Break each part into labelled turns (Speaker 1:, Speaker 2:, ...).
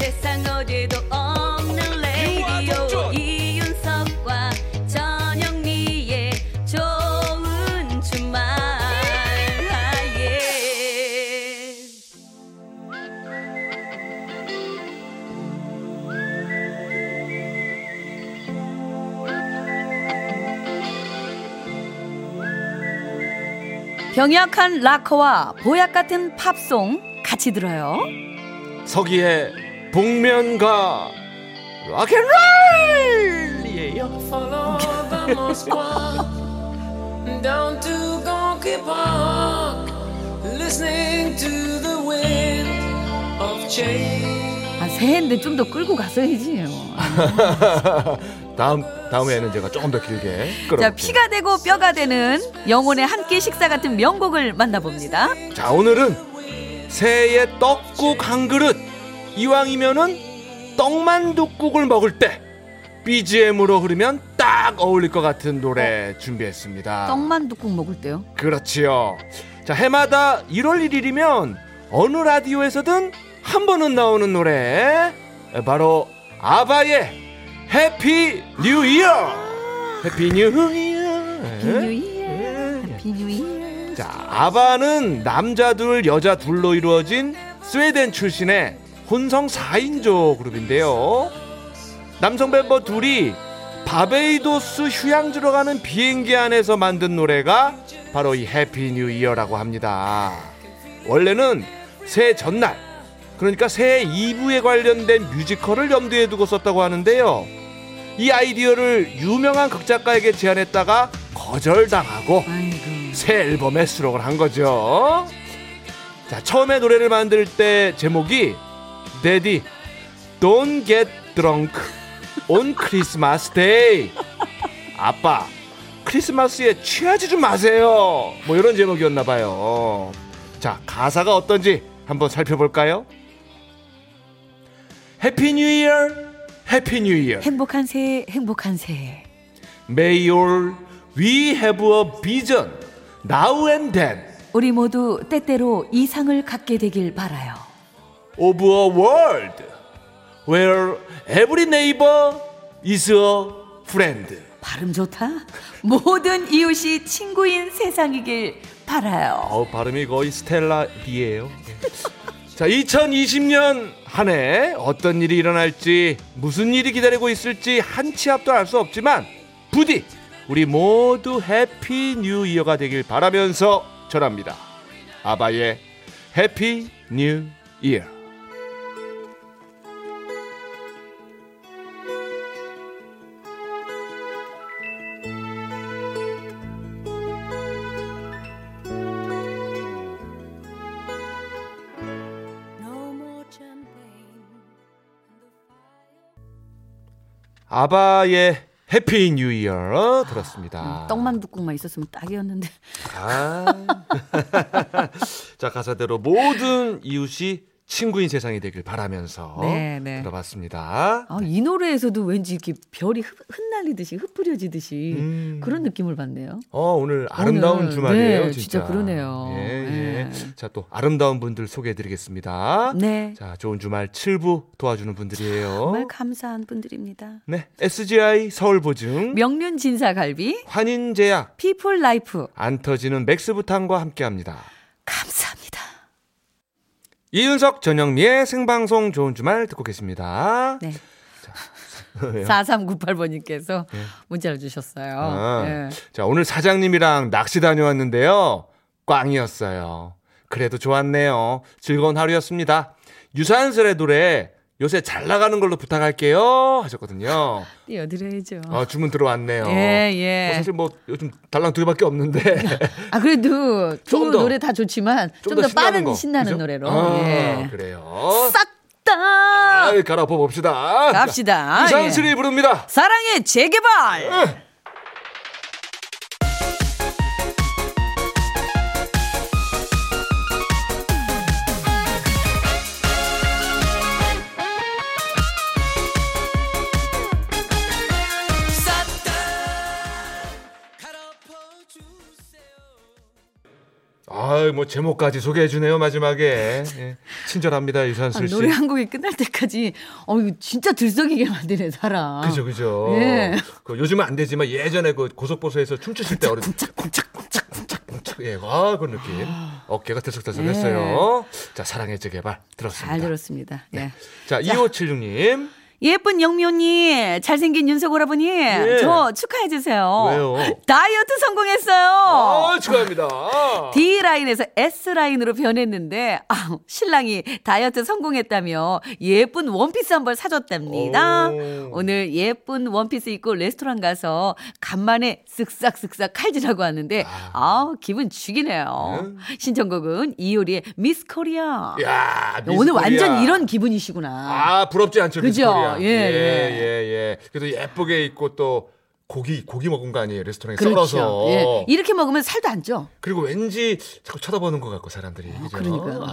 Speaker 1: 세상 어디에도 없는 레이디오
Speaker 2: 유아동전.
Speaker 1: 이윤석과 전영미의 좋은 주말 예. 병약한 락커와 보약 같은 팝송 같이 들어요.
Speaker 3: 서기의 복면가 락앤롤이에요.
Speaker 4: follow the Moscow down to Gonky Park, listening to the wind of change.
Speaker 1: 아, 새해인데 좀 더 끌고 갔어야지.
Speaker 3: 다음 다음에는 제가 조금 더 길게 끌어.
Speaker 1: 자, 피가 되고 뼈가 되는 영혼의 한 끼 식사 같은 명곡을 만나봅니다.
Speaker 3: 자 오늘은 새해 떡국 한 그릇 이왕이면은 떡만둣국을 먹을 때 BGM으로 흐르면 딱 어울릴 것 같은 노래 준비했습니다.
Speaker 1: 어? 떡만둣국 먹을 때요.
Speaker 3: 그렇지요. 자 해마다 1월 1일이면 어느 라디오에서든 한 번은 나오는 노래 바로 아바의 해피 뉴 이어. 해피 뉴 이어.
Speaker 1: 비뉴이야.
Speaker 3: 예.
Speaker 1: 비뉴이야.
Speaker 3: 자, 아바는 남자 둘, 여자 둘로 이루어진 스웨덴 출신의 혼성 4인조 그룹인데요. 남성 멤버 둘이 바베이도스 휴양지로 가는 비행기 안에서 만든 노래가 바로 이 해피 뉴 이어라고 합니다. 원래는 새해 전날, 그러니까 새해 2부에 관련된 뮤지컬을 염두에 두고 썼다고 하는데요. 이 아이디어를 유명한 극작가에게 제안했다가 거절당하고
Speaker 1: 아이고.
Speaker 3: 새 앨범에 수록을 한 거죠. 자, 처음에 노래를 만들 때 제목이 Daddy Don't Get Drunk on Christmas Day. 아빠, 크리스마스에 취하지 좀 마세요. 뭐 이런 제목이었나 봐요. 자, 가사가 어떤지 한번 살펴볼까요? 해피 뉴 이어. 해피 뉴 이어.
Speaker 1: 행복한 새해, 행복한 새해.
Speaker 3: May all we have a vision now and then.
Speaker 1: 우리 모두 때때로 이상을 갖게 되길 바라요.
Speaker 3: of a world where every neighbor is a friend.
Speaker 1: 발음 좋다. 모든 이웃이 친구인 세상이길 바라요.
Speaker 3: 아우 발음이 거의 스텔라 B예요. 자, 2020년 한 해 어떤 일이 일어날지 무슨 일이 기다리고 있을지 한치 앞도 알 수 없지만 부디 우리 모두 해피 뉴 이어가 되길 바라면서 전합니다. 아바의 해피 뉴 이어. 아바의 해피 뉴 이어 들었습니다.
Speaker 1: 음, 떡만둣국만 있었으면 딱이었는데.
Speaker 3: 아. 자 가사대로 모든 이웃이 친구인 세상이 되길 바라면서
Speaker 1: 네, 네.
Speaker 3: 들어봤습니다.
Speaker 1: 아, 이 노래에서도 왠지 이렇게 별이 흩, 흩날리듯이 흩뿌려지듯이
Speaker 3: 음.
Speaker 1: 그런 느낌을 받네요.
Speaker 3: 어 오늘 아름다운
Speaker 1: 오늘,
Speaker 3: 주말이에요.
Speaker 1: 네,
Speaker 3: 진짜.
Speaker 1: 진짜 그러네요.
Speaker 3: 예, 예.
Speaker 1: 네.
Speaker 3: 자또 아름다운 분들 소개해드리겠습니다.
Speaker 1: 네.
Speaker 3: 자 좋은 주말 7부 도와주는 분들이에요.
Speaker 1: 정말 감사한 분들입니다.
Speaker 3: 네 SGI 서울보증
Speaker 1: 명륜 진사갈비,
Speaker 3: 환인제약
Speaker 1: 피플 라이프
Speaker 3: 안 터지는 맥스부탄과 함께합니다.
Speaker 1: 감사합니다.
Speaker 3: 이윤석 전영미의 생방송 좋은 주말 듣고 계십니다.
Speaker 1: 네. 4398번님께서 문자를 주셨어요.
Speaker 3: 네. 아,
Speaker 1: 예.
Speaker 3: 자, 오늘 사장님이랑 낚시 다녀왔는데요. 꽝이었어요. 그래도 좋았네요. 즐거운 하루였습니다. 유산슬의 노래 요새 잘 나가는 걸로 부탁할게요. 하셨거든요.
Speaker 1: 띄워드려야죠.
Speaker 3: 아, 주문 들어왔네요.
Speaker 1: 예, 예.
Speaker 3: 뭐 사실 뭐 요즘 달랑 두 개밖에 없는데.
Speaker 1: 아, 그래도 두
Speaker 3: 좀 더,
Speaker 1: 노래 다 좋지만 좀 더
Speaker 3: 신나는
Speaker 1: 빠른
Speaker 3: 거,
Speaker 1: 신나는
Speaker 3: 그죠?
Speaker 1: 노래로.
Speaker 3: 아,
Speaker 1: 예.
Speaker 3: 그래요.
Speaker 1: 싹다
Speaker 3: 아, 갈아엎어 봅시다.
Speaker 1: 갑시다.
Speaker 3: 유산슬이
Speaker 1: 예.
Speaker 3: 부릅니다.
Speaker 1: 사랑의 재개발.
Speaker 3: 아,
Speaker 5: 아
Speaker 3: 아유 뭐 제목까지 소개해 주네요 마지막에 예, 친절합니다
Speaker 1: 아,
Speaker 3: 유산슬 씨.
Speaker 1: 노래 한 곡이 끝날 때까지 어유 진짜 들썩이게 만드네 사람.
Speaker 3: 그죠 그죠.
Speaker 1: 예.
Speaker 3: 그 요즘은 안 되지만 예전에 그 고속버스에서 춤추실 때 어른 쿵짝쿵짝쿵짝쿵짝 예, 와 그런 느낌.
Speaker 1: 아.
Speaker 3: 어깨가 들썩들썩했어요. 자 사랑의 재개발 들었습니다.
Speaker 1: 네. 잘 들었습니다. 예.
Speaker 3: 자 2576님
Speaker 1: 예쁜 영미 언니, 잘생긴 윤석 오라버니, 저 축하해 주세요.
Speaker 3: 예. 왜요?
Speaker 1: 다이어트 성공했어요.
Speaker 3: 아 축하합니다.
Speaker 1: D 라인에서 S 라인으로 변했는데 아, 신랑이 다이어트 성공했다며 예쁜 원피스 한 벌 사줬답니다.
Speaker 3: 오.
Speaker 1: 오. 늘 예쁜 원피스 입고 레스토랑 가서 간만에 쓱싹쓱싹 칼질하고 왔는데 아 기분 죽이네요. 신청곡은 이효리의 미스 코리아.
Speaker 3: 야 미스
Speaker 1: 오늘 완전
Speaker 3: 코리아.
Speaker 1: 이런 기분이시구나.
Speaker 3: 아 부럽지 않죠 미스
Speaker 1: 그죠?
Speaker 3: 코리아.
Speaker 1: 예,
Speaker 3: 예예
Speaker 1: 예.
Speaker 3: 예. 그래도 예쁘게 입고 또 고기 고기 먹은 거 아니에요 레스토랑에 썰어서.
Speaker 1: 그렇죠. 예. 이렇게 먹으면 살도 안 쪄.
Speaker 3: 그리고 왠지 자꾸 쳐다보는 것 같고 사람들이. 그죠?
Speaker 1: 그러니까요.
Speaker 3: 아,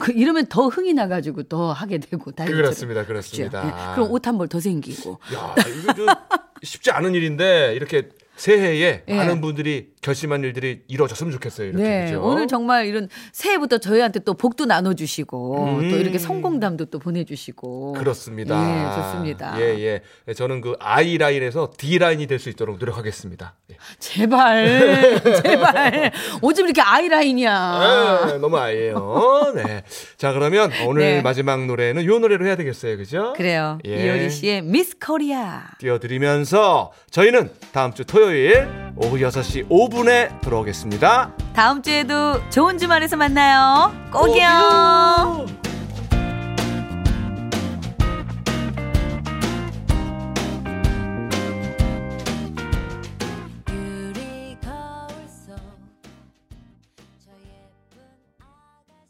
Speaker 1: 그- 그 이러면 더 흥이 나가지고 더 하게 되고 다이어트.
Speaker 3: 그렇습니다, 그렇습니다.
Speaker 1: 예. 그럼 옷 한 벌 더 생기고.
Speaker 3: 야, 이거 저 쉽지 않은 일인데 이렇게 새해에
Speaker 1: 예.
Speaker 3: 많은 분들이 결심한 일들이 이루어졌으면 좋겠어요. 이렇게
Speaker 1: 네,
Speaker 3: 그죠?
Speaker 1: 오늘 정말 이런 새해부터 저희한테 또 복도 나눠주시고
Speaker 3: 음.
Speaker 1: 또 이렇게 성공담도 또 보내주시고
Speaker 3: 그렇습니다.
Speaker 1: 예, 좋습니다.
Speaker 3: 예, 예. 저는 그 I 라인에서 D 라인이 될 수 있도록 노력하겠습니다. 예.
Speaker 1: 제발, 제발. 오줌 이렇게 아이라인이야.
Speaker 3: 아, 너무 아이예요. 네. 자, 그러면 오늘
Speaker 1: 네.
Speaker 3: 마지막 노래는 요 노래로 해야 되겠어요. 그죠?
Speaker 1: 그래요.
Speaker 3: 예.
Speaker 1: 이효리 씨의 미스 코리아.
Speaker 3: 띄워드리면서 저희는 다음 주 토요일 오후 6시 5분에 돌아오겠습니다.
Speaker 1: 다음 주에도 좋은 주말에서 만나요. 꼭이요.
Speaker 3: 꼭이요.